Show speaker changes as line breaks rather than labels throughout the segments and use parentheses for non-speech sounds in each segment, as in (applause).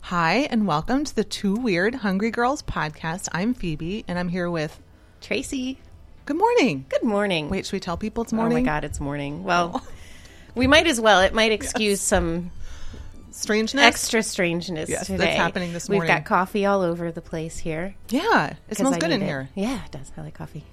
Hi, and welcome to the Two Weird Hungry Girls podcast. I'm Phoebe, and I'm here with.
Tracy,
Good morning.
good morning.
Wait, should we tell people it's
oh
morning? Oh.
my God, it's morning. Well, we might as well. It might
(laughs)
excuse some
Strangeness.
extra strangeness
Yes, that's
today.
happening this
We've
morning.
got coffee all over the place here.
yeah, it
'cause
smells
I
good in
need it.
here.
Yeah, it does. I like coffee.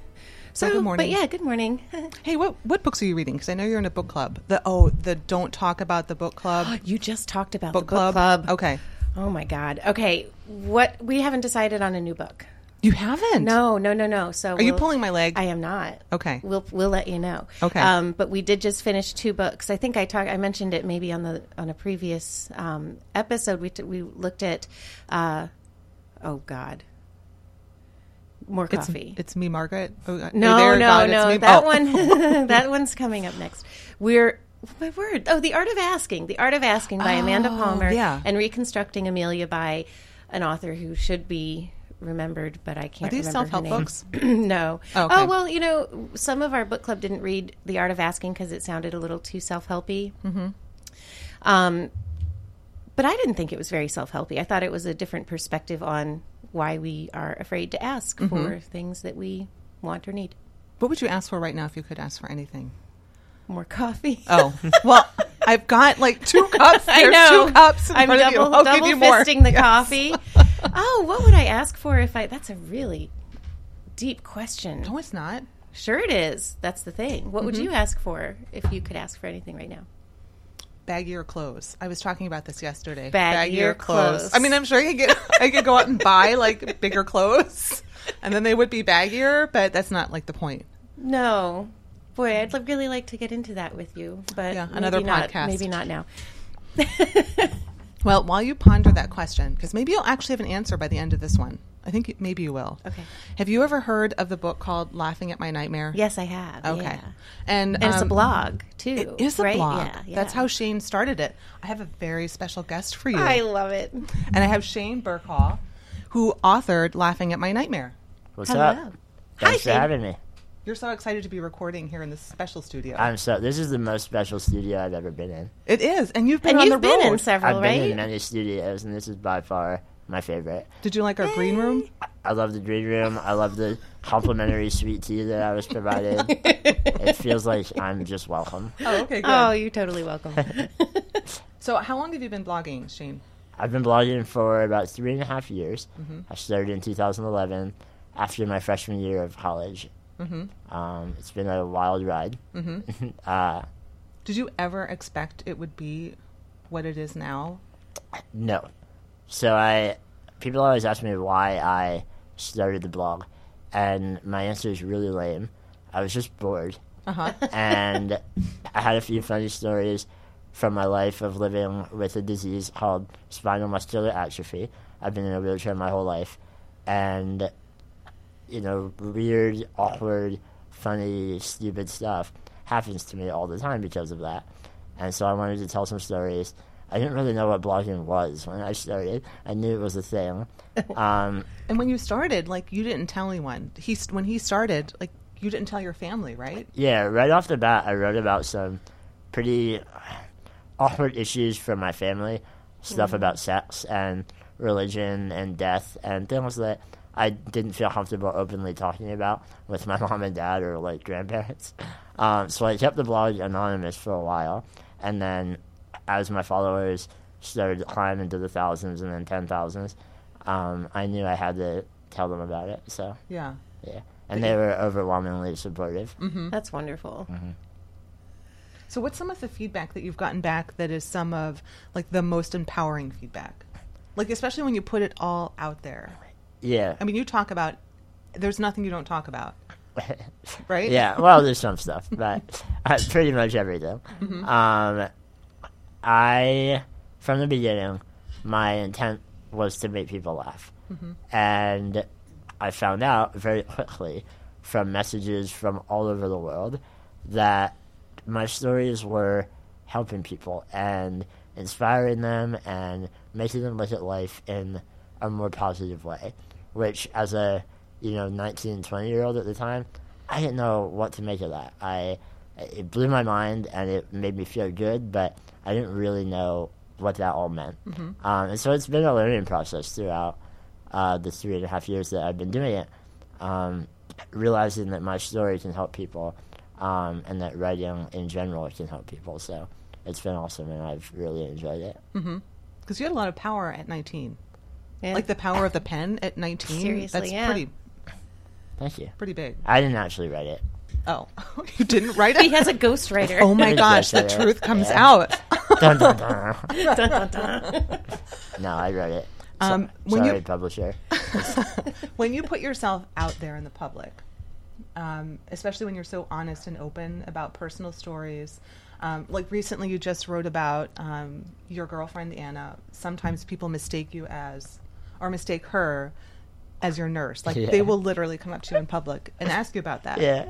So
So,
good morning.
But yeah, good morning. (laughs)
Hey, what what books are you reading? Because I know you're in a book club. The oh, the Don't Talk About the Book
(gasps)
Club.
you just talked about
book
the book club.
Okay,
Oh my God. Okay, what we haven't decided on a new book.
you haven't.
No, no, no, no. So
Are you pulling my leg?
I am not.
Okay.
We'll we'll let you know.
Okay.
Um, but we did just finish two books. I think I talked. I mentioned it maybe on the on a previous um, episode. We t- we looked at. Uh, oh God. More
It's,
coffee.
it's me, Margaret. Oh, you're
no,
there,
no,
God, it's
no.
me.
That
Oh. (laughs)
one. (laughs) that one's coming up next. We're. My word! Oh, the art of asking, the art of asking by Amanda
Oh,
Palmer,
yeah.
and reconstructing Amelia by an author who should be remembered, but I can't.
these
remember her
self-help
name.
books?
(clears throat) no.
Oh, okay.
well, you know, some of our book club didn't read The Art of Asking because it sounded a little too self helpy. Mm-hmm. Um, but I didn't think it was very self helpy. I thought it was a different perspective on why we are afraid to ask
Mm-hmm.
for things that we want or need.
What would you ask for right now if you could ask for anything?
More coffee. (laughs)
Oh, well, I've got like two cups.
I
There's
know.
two cups in
I'm
front of you.
double,
I'll
double
give you more.
fisting the
(laughs)
coffee. oh, what would I ask for if I? That's a really deep question.
No, it's not.
Sure, it is. That's the thing. What would
Mm-hmm.
you ask for if you could ask for anything right now?
Bag your clothes. I was talking about this yesterday.
Bag your clothes.
I mean, I'm sure I could get I could go out and buy like bigger clothes, and then they would be baggier. But that's not like the point.
No, boy, I'd lo- really like to get into that with you, but
Yeah,
maybe
another
not-
podcast.
Maybe
(laughs)
not now.
Well, while you ponder that question, because maybe you'll actually have an answer by the end of this one. I think you- maybe you will.
Okay.
Have you ever heard of the book called "Laughing at My Nightmare"?
Yes, I have.
Okay.
yeah.
And,
and it's a
um,
blog too.
It is a
right?
blog.
Yeah, yeah.
That's how Shane started it. I have a very special guest for you.
I love it.
and I have Shane Burkhall, who authored "Laughing at My Nightmare."
What's
Hello.
up? Thanks
Shane.
for having me.
You're so excited to be recording here in this special studio.
I'm so. This is the most special studio I've ever been in.
it is, and you've been
And
on
you've
the
been
road.
in several,
I've
right?
been in many studios, and this is by far my favorite.
Did you like our green
(laughs)
room?
I love the green room. I love the complimentary (laughs) sweet tea that I was
(laughs)
provided. it feels like I'm just welcome.
Oh, okay, good.
oh, you're totally
(laughs)
welcome.
So, how long have you been blogging, Shane?
I've been blogging for about three and a half years.
Mm-hmm.
I started in 2011 after my freshman year of college.
Mm-hmm.
Um, it's been a wild ride. uh,
Did you ever expect it would be what it is now?
No. So I people always ask me why I started the blog and my answer is really lame. I was just bored.
Uh
(laughs)
huh.
and I had a few funny stories from my life of living with a disease called spinal muscular atrophy. I've been in a wheelchair my whole life and you know, weird, awkward, funny, stupid stuff happens to me all the time because of that. And so I wanted to tell some stories. I didn't really know what blogging was when I started. I knew it was a thing. Um,
and when you started, like you didn't tell anyone. He st- when he started, like you didn't tell your family, right?
yeah, right off the bat, I wrote about some pretty awkward issues for my family stuff about sex and religion and death and things that I didn't feel comfortable openly talking about with my (laughs) mom and dad or like grandparents. (laughs) Um, so I kept the blog anonymous for a while. And then as my followers started to climb into the thousands and then ten thousands, um, I knew I had to tell them about it. So,
Yeah.
yeah. And they were overwhelmingly supportive.
That's wonderful.
Mm-hmm.
So, what's some of the feedback that you've gotten back that is some of like the most empowering feedback? Like especially when you put it all out there.
Yeah.
I mean, you talk about. There's nothing you don't talk about, right?
Yeah, well, there's some stuff, but uh, pretty much everything. Um, I, from the beginning, my intent was to make people laugh. And I found out very quickly from messages from all over the world that my stories were helping people and inspiring them and making them look at life in a more positive way which as a you know 19 20 year old at the time i didn't know what to make of that i it blew my mind and it made me feel good but i didn't really know what that all meant. Um, and so it's been a learning process throughout uh, the three and a half years that I've been doing it, um, realizing that my story can help people um, and that writing in general can help people. So it's been awesome and I've really enjoyed it.
Because you had a lot of power at 19.
Yeah.
Like the power of the pen at 19.
Seriously,
That's
yeah.
pretty,
Thank you.
pretty big.
I didn't actually write it.
Oh, (laughs) you didn't write
he
it?
has a ghostwriter.
(laughs) Oh
(laughs)
my
Yes,
gosh, the
yes, yes.
truth comes
Yeah.
out.
(laughs)
(laughs)
Dun, dun, dun.
Dun, dun, dun.
no, I wrote it. So-
Um, when
sorry,
you-
publisher.
when you put yourself out there in the public, um, especially when you're so honest and open about personal stories, um, like recently you just wrote about um, your girlfriend Anna. Sometimes people mistake you as, or mistake her as your nurse. Like
Yeah.
they will literally come up to you in public and ask you about that.
Yeah,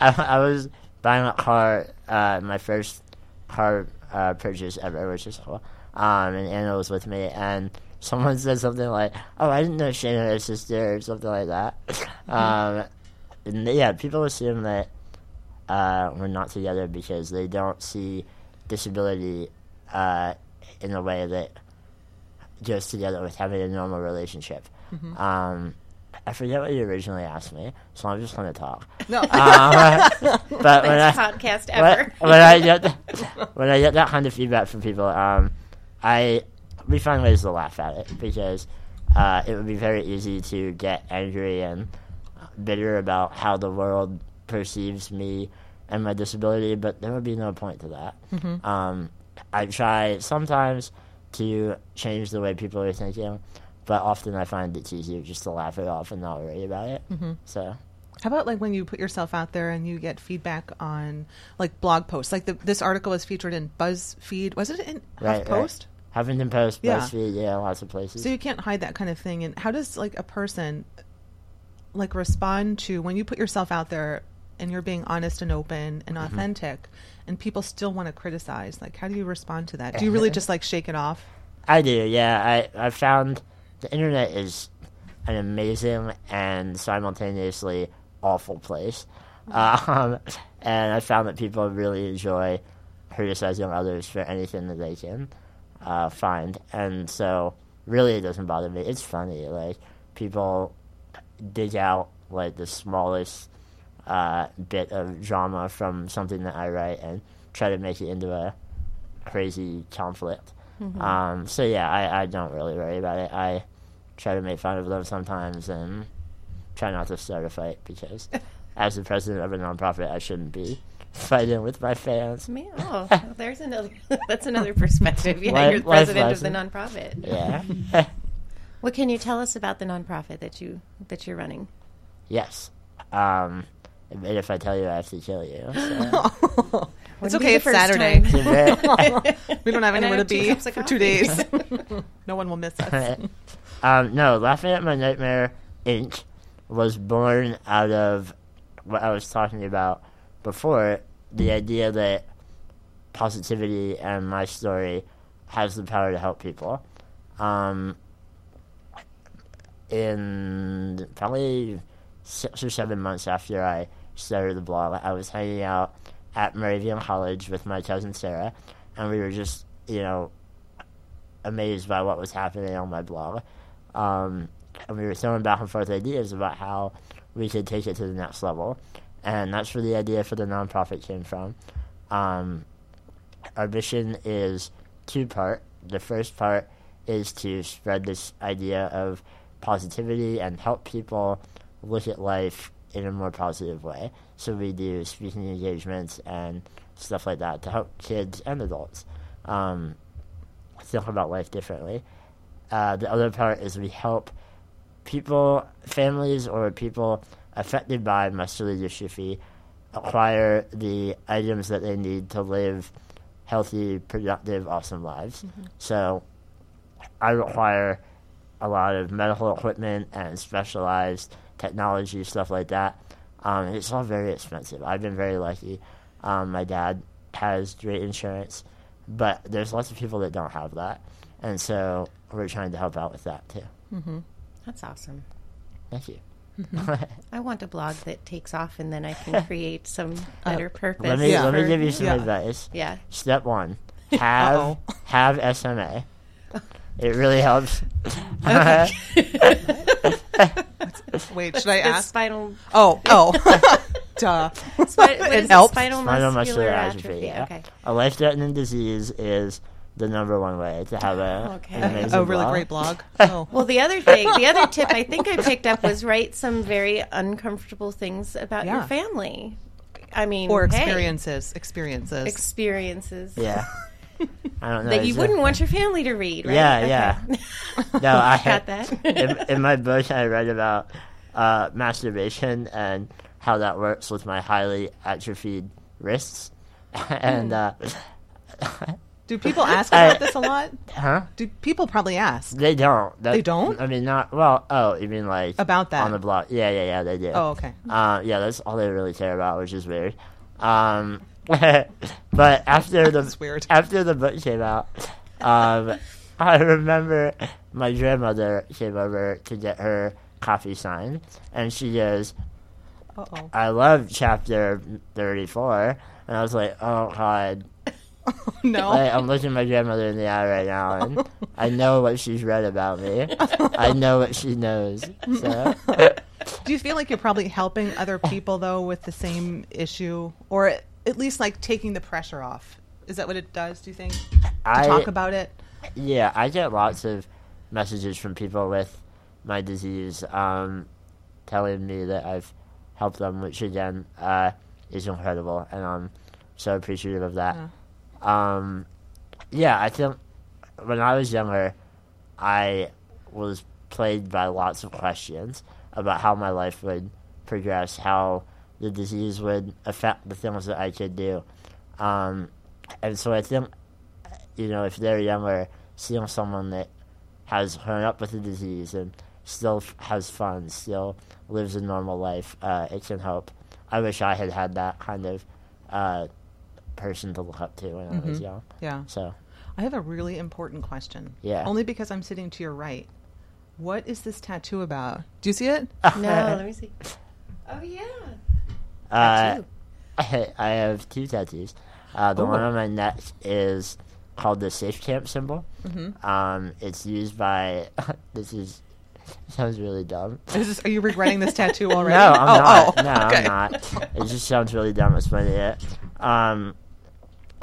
I, I was buying a car, uh, my first car uh, purchase ever, which is cool. Um, and Anna was with me, and someone said something like, "Oh, I didn't know Shana had a sister," or something like that. Um, and they- yeah, people assume that uh, we're not together because they don't see disability uh, in a way that goes together with having a normal relationship. Um, I forget what you originally asked me, so I'm just going to talk.
No,
Um, but when
Best
I,
podcast
when,
ever.
when I get when I get that kind of feedback from people, um, I we find ways to laugh at it because uh, it would be very easy to get angry and bitter about how the world perceives me and my disability, but there would be no point to that. Um, I try sometimes to change the way people are thinking, but often I find it's easier just to laugh it off and not worry about it. So.
How about like when you put yourself out there and you get feedback on like blog posts? Like the, this article was featured in BuzzFeed. Was it in
Right,
HuffPost? Post?
right. Huffington Post,
Yeah.
BuzzFeed, yeah, lots of places.
So you can't hide that kind of thing. And how does like a person like respond to when you put yourself out there and you're being honest and open and
Mm-hmm.
authentic, and people still want to criticize? Like, how do you respond to that? Do you
(laughs)
really just like shake it off?
I do, yeah. I I found the internet is an amazing and simultaneously awful place, um, and I found that people really enjoy criticizing others for anything that they can uh, find, and so really it doesn't bother me. It's funny, like people dig out like the smallest uh, bit of drama from something that I write and try to make it into a crazy conflict.
Mm-hmm.
Um, so yeah, I, I don't really worry about it. I try to make fun of them sometimes and try not to start a fight
(laughs)
because as the president of a nonprofit, I shouldn't be (laughs) fighting with my fans.
Man,
(laughs)
oh, well, there's another. (laughs) That's another perspective. Yeah,
Life-
you're the
life
president of the
lesson.
nonprofit.
Yeah.
What can you tell us about the nonprofit that you that you're running?
yes. Um, and if I tell you, I have to kill you. (laughs)
(laughs) Oh,
So.
it's
Wouldn't
okay.
be the
It's
first
Saturday.
(laughs)
time.
It's very-
(laughs) We
(laughs)
don't have
And I
anywhere to
have two
be
cups of
for two
coffee.
days.
(laughs)
no one will miss us.
(laughs) um, no, Laughing at My Nightmare Inc. was born out of what I was talking about before the idea that positivity and my story has the power to help people. Um, in probably six or seven months after I started the blog, I was hanging out at Moravian College with my cousin Sarah, and we were just, you know, amazed by what was happening on my blog. Um, and we were throwing back and forth ideas about how we could take it to the next level. And that's where the idea for the nonprofit came from. Um, our mission is two part. The first part is to spread this idea of positivity and help people look at life in a more positive way. So we do speaking engagements and stuff like that to help kids and adults um, think about life differently. Uh, the other part is we help people, families, or people affected by muscular dystrophy acquire the items that they need to live healthy, productive, awesome lives. So I require a lot of medical equipment and specialized technology, stuff like that. Um, it's all very expensive. I've been very lucky. Um, my dad has great insurance, but there's lots of people that don't have that. And so we're trying to help out with that too.
That's awesome.
Thank you.
Mm-hmm.
(laughs)
I want a blog that takes off,
(laughs)
and then I can create some better purpose.
Let me, let me
for-
give you some
Yeah. (laughs)
advice.
Yeah.
Step one have
Uh-oh.
have SMA. It
(laughs)
really helps. (laughs)
Wait, should I
The
ask?
spinal
Oh,
(laughs)
oh, (laughs) duh.
Spi- what is it?
helps.
Spinal muscular,
Spinal muscular
atrophy.
atrophy. yeah.
Okay.
A life-threatening disease is the number one way to have a
(gasps) Okay.
an amazing
Oh, really great blog.
(laughs)
Oh,
Well, the other thing, the other tip I think I picked up was write some very uncomfortable things about your
Yeah.
family. I mean,
or
hey,
experiences, experiences.
experiences
Yeah. I don't know.
that
is
you
it-
wouldn't want your family to read. Right?
Yeah,
Okay.
yeah. (laughs) No, I
(laughs) Got that.
(laughs) in, in my book, I read about uh, masturbation and how that works with my highly atrophied wrists. (laughs) and uh,
Hmm.
(laughs)
Do
(laughs)
people ask
I-
about this a lot?
huh?
Do people probably ask?
They don't. That-
They don't?
I mean, not well. Oh, you mean like
About that.
on the block? Yeah, yeah, yeah. They do.
Oh, okay.
Uh, yeah, that's all they really care about, which is weird. Um, (laughs) but
(laughs)
after the
That's weird.
after the book came out, um, (laughs) I remember my grandmother came over to get her coffee signed, and she goes,
Uh oh.
"I love chapter thirty-four," and I was like, "Oh God."
(laughs) No.
I, I'm looking my grandmother in the eye right
(laughs)
now, and I know what she's read about me.
(laughs)
I know what she knows.
(laughs)
So, (laughs)
Do you feel like you're probably helping other people though with the same issue, or at- at least like taking the pressure off? Is that what it does? Do you think to
I
talk about it?
yeah, I get lots of messages from people with my disease, um, telling me that I've helped them, which again uh, is incredible, and I'm so appreciative of that. Um, yeah, I think when I was younger, I was plagued by lots of questions about how my life would progress, how the disease would affect the things that I could do. Um, and so I think, you know, if they're younger, seeing someone that has grown up with the disease and still f- has fun, still lives a normal life, uh, it can help. I wish I had had that kind of uh, person to look up to when I was young.
Yeah.
So,
I have a really important question.
Yeah.
Only because I'm sitting to your right. What is this tattoo about? Do you see it?
No, let
(laughs)
me see. Oh yeah.
uh,
Tattoo.
(laughs) I have two tattoos. Uh, the one
Ooh.
on my neck is called the safe camp symbol. Mm-hmm. Um, it's used by (laughs) this is sounds really dumb.
Is this, are you regretting this tattoo already?
(laughs) No, I'm
oh,
not.
Oh,
no,
okay.
I'm
(laughs)
not. It just sounds really dumb. That's about it. Um,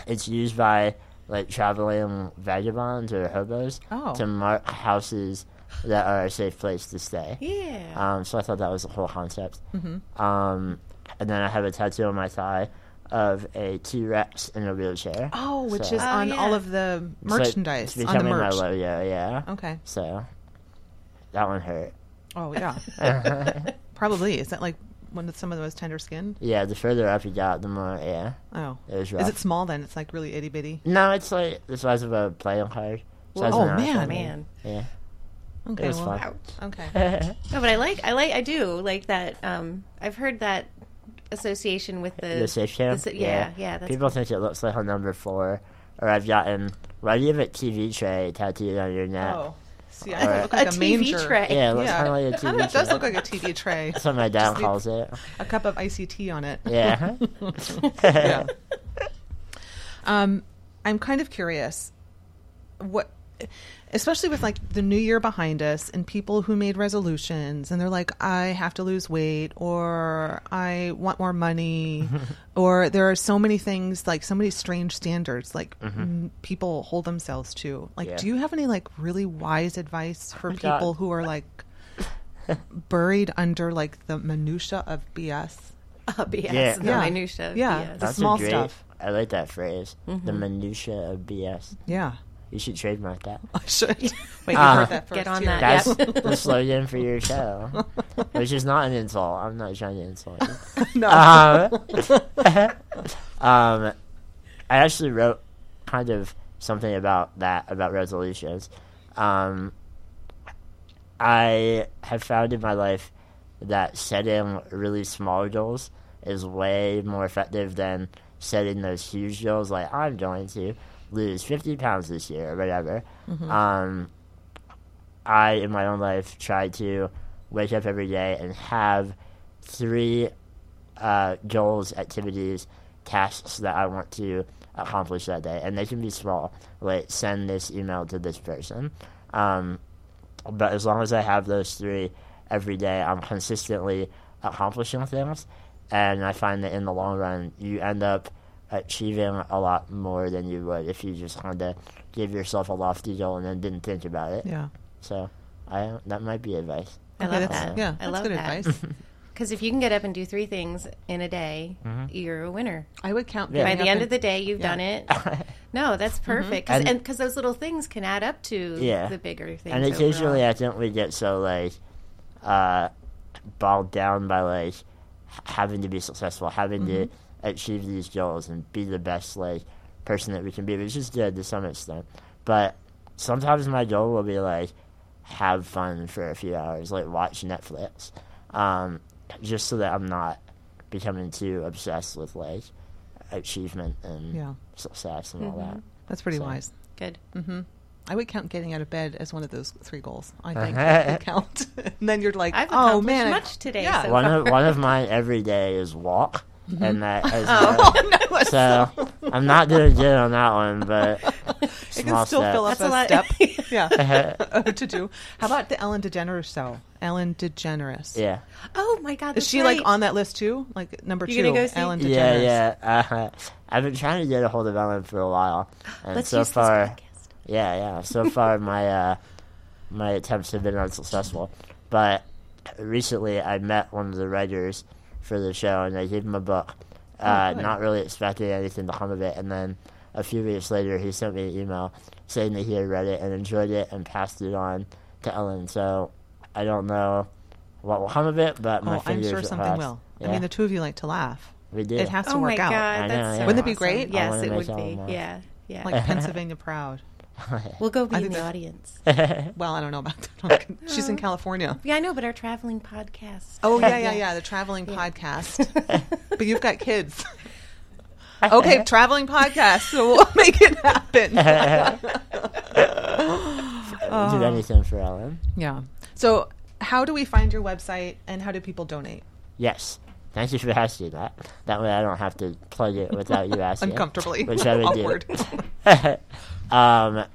it's used by like traveling vagabonds or hobos
Oh.
to mark houses that are a safe place to stay.
Yeah.
Um, so I thought that was the whole concept.
Mm-hmm.
Um, and then I have a tattoo on my thigh of a T Rex in a wheelchair.
Oh, which
So-
is
Oh,
on
yeah.
all of the
It's like-
merchandise
it's
on the
becoming
merch.
my logo, yeah.
Okay.
So that one hurt.
Oh yeah.
Um,
(laughs)
Probably. Is that like one of some of the most tender skin?
Yeah, the further up you got, the more, yeah.
Oh.
It was
Is
rough.
it small then? It's like really itty bitty.
No, it's like the size of a playing card. Size of
oh,
an
man.
iPhone.
Man.
Yeah,
Okay.
it was
well,
fun. (laughs)
Okay. (laughs)
No, but I like I like I do like that. Um, I've heard that association with the,
The safe cam?
the sa- yeah, yeah. that's (laughs)
People think it looks like a number four, or I've gotten. Why do you have a TV tray tattooed on your neck?
Oh. See, I think it looked like a,
a TV
manger.
tray.
Yeah, it looks
Yeah.
kind of like a
I don't know, (laughs)
TV
it
tray.
does look like a TV tray.
That's
(laughs)
what my dad
the-
calls it.
A cup of icy tea on it.
Yeah.
(laughs) yeah.
(laughs)
Um, I'm kind of curious what especially with like the new year behind us and people who made resolutions and they're like I have to lose weight or I want more
(laughs)
money or there are so many things like so many strange standards like m- people hold themselves to. Like
Mm-hmm. Yeah.
do you have any like really wise advice for
God.
people who are like (laughs)
(laughs)
buried under like the minutia of BS?
Up, yes,
Yeah.
the uh,
Yeah.
minutia.
Yeah.
yes.
The small stuff. Mm-hmm.
I like that phrase. The minutia of BS.
Yeah. (laughs)
You should trademark that.
I
(laughs)
should. Wait, you
Uh,
heard that first.
Get on
You're-
that.
(laughs)
That's
Yep.
the
(laughs)
slogan for your show, which is not an insult. I'm not trying to insult
(laughs)
you.
No.
um, (laughs) um, I actually wrote kind of something about that about resolutions. Um, I have found in my life that setting really small goals is way more effective than setting those huge goals. Like I'm going to lose 50 pounds this year or whatever. Um, I, in my own life, try to wake up every day and have three uh, goals, activities tasks that I want to accomplish that day, and they can be small. Like send this email to this person. Um, but as long as I have those three every day, I'm consistently accomplishing things, and I find that in the long run, you end up achieving a lot more than you would if you just kind of give yourself a lofty goal and then didn't think about it.
Yeah.
So, I that might be advice.
I
Okay,
love
that's-
that.
Yeah, that's
I love
good
that. (laughs)
(laughs)
advice.
Because if you can get up and do three things in a day,
Mm-hmm.
you're a winner.
I would count
Yeah.
By
getting up
the end
and-
of the day, you've
Yeah. (laughs)
done it. No, that's perfect. 'Cause-
And-
and because those little things can add up to
Yeah.
the bigger things.
and occasionally,
overall.
I think we get so like uh, bogged down by like h- having to be successful, having to achieve these goals and be the best like person that we can be, which is good to some extent. But sometimes my goal will be like have fun for a few hours, like watch Netflix, um, just so that I'm not becoming too obsessed with like achievement and
Yeah.
success and all that.
That's pretty
So-
wise. Mm-hmm.
good.
I would count getting out of bed as one of those three goals. I think that
Uh-huh.
would count. (laughs) and then you're like,
I've
oh
accomplished
man, I-
much today.
Yeah.
So
one
far.
of one of mine every day is walk, and that is
Oh.
Oh.
(laughs) no, it's-
so I'm not doing good on that one, but
it
small Uh-huh.
can still fill up
steps.
a,
That's a lot.
step.
(laughs)
(laughs)
(laughs)
yeah, Oh, to do. How about the Ellen DeGeneres show? Ellen DeGeneres.
yeah,
oh my god,
Is
that's
she
right.
like on that list too? Like number
You
two,
gonna go see-
Ellen DeGeneres.
yeah, yeah. Uh, I've been trying to get a hold of Ellen for a while, and
Let's
so
use this
far,
podcast.
yeah, yeah. So far, my uh, my attempts have been unsuccessful, but recently I met one of the writers for the show, and I gave him a book, uh,
Oh, good.
not really expecting anything to come of it, and then a few weeks later he sent me an email saying that he had read it and enjoyed it and passed it on to Ellen. So I don't know what will come of it, but my
Oh, I'm
fingers
sure
are
something
crossed.
will. I
Yeah,
mean, the two of you like to laugh.
we do.
It
(laughs)
has to
oh
work
my
out.
God,
I
that's
know,
so
yeah.
Wouldn't it be
awesome.
great? I
Yes,
wanna
it
make
would
all
be.
mine.
Yeah, yeah.
Like
(laughs)
Pennsylvania proud.
we'll go be
I
in
think
the
that-
audience.
(laughs) Well, I don't know about
Uh-huh.
that. She's in California.
yeah, I know, but our traveling podcast.
Oh yeah, yeah, yeah. The traveling podcast.
(laughs)
but you've got kids.
(laughs)
Okay, traveling podcast. So we'll (laughs) make it happen. (laughs)
(laughs) do
uh,
anything for Ellen.
Yeah. So, how do we find your website, and how do people donate?
Yes. Thank you for asking that. That way I don't have to plug it without
(laughs)
you asking.
Uncomfortably
Which I
(laughs)
would
awkward.
(laughs) do. um,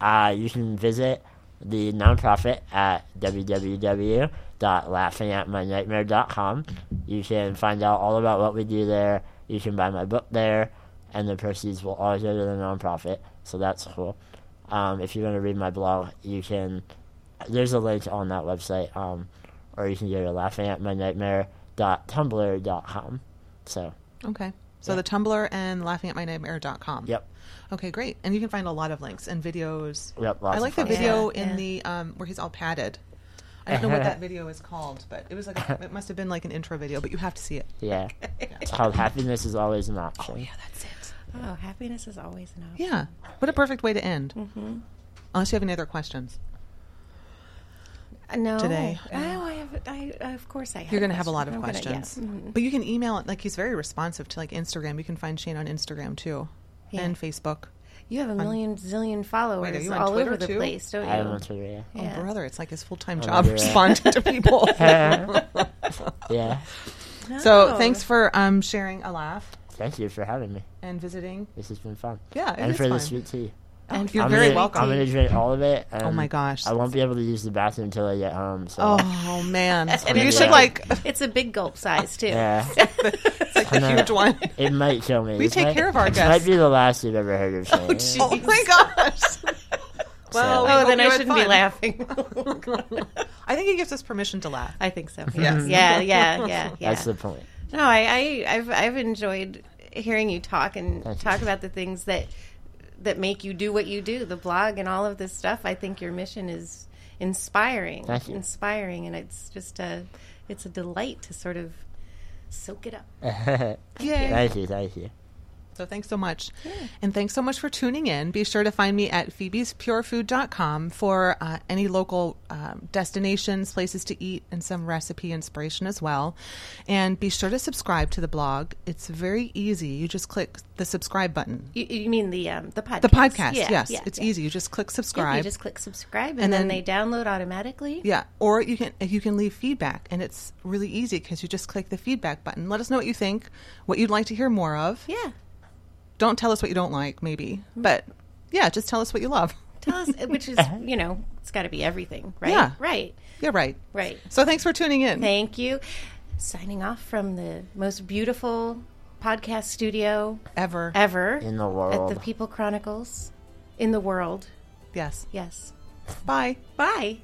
uh, you can visit the nonprofit at www.laughingatmynightmare.com. You can find out all about what we do there. You can buy my book there, and the proceeds will all go to the nonprofit. So that's cool. Um, if you want to read my blog, you can. There's a link on that website, um, or you can go to laughingatmynightmare.tumblr.com. So,
Okay. So the Tumblr and laughingatmynightmare.com.
yep,
Okay, great. And you can find a lot of links and videos.
yep. Lots
I
of
like the
fun stuff.
video
Yeah,
in
yeah.
the um, where he's all padded. I don't know what that
(laughs)
video is called, but it was like a, it must have been like an intro video, but you have to see it.
(laughs)
Yeah. It's called Happiness is Always an Option.
that's it.
Oh, happiness is always an option.
Yeah. What a perfect way to end.
Mm-hmm.
Unless you have any other questions.
Uh, No,
Today.
Oh, I have. I of course I. Have
You're going to have a lot of
I'm gonna- yeah.
questions.
Mhm.
But you can email it. Like, he's very responsive to, like, Instagram. You can find Shane on Instagram, too,
Yeah.
and Facebook.
You have a million zillion followers
are you on
all
Twitter,
over the
too?
place, don't you?
I am on Twitter, yeah.
Yeah.
Oh, brother, it's like his full time job
yeah.
responding to
(laughs)
people.
yeah.
so,
No.
thanks for um, sharing a laugh
Thank you for having me.
and visiting.
This has been fun.
Yeah, it
and
is
for the
fun.
sweet tea.
And you're
I'm
very
gonna,
welcome. Oh
I'm going to drink all of it. And
my gosh.
I won't be able to use the bathroom until I get home. So
Oh
(laughs)
man,
gonna
you
be
should
like-
like
It's a big gulp size
(laughs)
too.
yeah,
like the
gonna-
huge one. (laughs)
it might kill me.
We
This
take
might-
care of our
this
guests.
Might be the last you've ever heard of Shane.
(laughs) Oh my gosh. (laughs) Well,
So-
we
Oh,
hope
then
you
I
had
shouldn't be
fun.
laughing.
(laughs)
(laughs)
I think he gives us permission to laugh.
I think so.
Yes.
Yeah, yeah,
(laughs)
yeah, yeah.
That's the point. (laughs)
No, I, I, I've, I've enjoyed hearing you talk and
Thank you.
talk about the things that that make you do what you do, the blog and all of this stuff. I think your mission is inspiring,
Thank you.
inspiring, and it's just a, it's a delight to sort of soak it up.
Yay.
thank you, thank you.
So thanks so much. And thanks so much for tuning in. Be sure to find me at phoebespurefood.com for uh, any local um, destinations, places to eat, and some recipe inspiration as well. And be sure to subscribe to the blog. It's very easy. You just click the subscribe button.
You, you mean the um, the podcast?
The podcast,
Yeah,
yes.
yeah,
it's
yeah.
easy. You just click
Yep,
subscribe.
you just click subscribe, and,
And
then,
then-
they download automatically.
Yeah, or you can you can leave feedback, and it's really easy because you just click the feedback button. Let us know what you think, what you'd like to hear more of.
Yeah. Mm-hmm.
Don't tell us what you don't like, maybe, but yeah, just tell us what you love. (laughs)
Tell us, which is you know, it's got to be everything, right?
Uh-huh. Yeah.
Right.
Yeah, right.
Right.
So thanks for tuning in.
Thank you. Signing off from the most beautiful podcast studio
Ever.
ever
in the
at
world.
the People Chronicles in the world.
Yes.
Yes.
Bye.
Bye.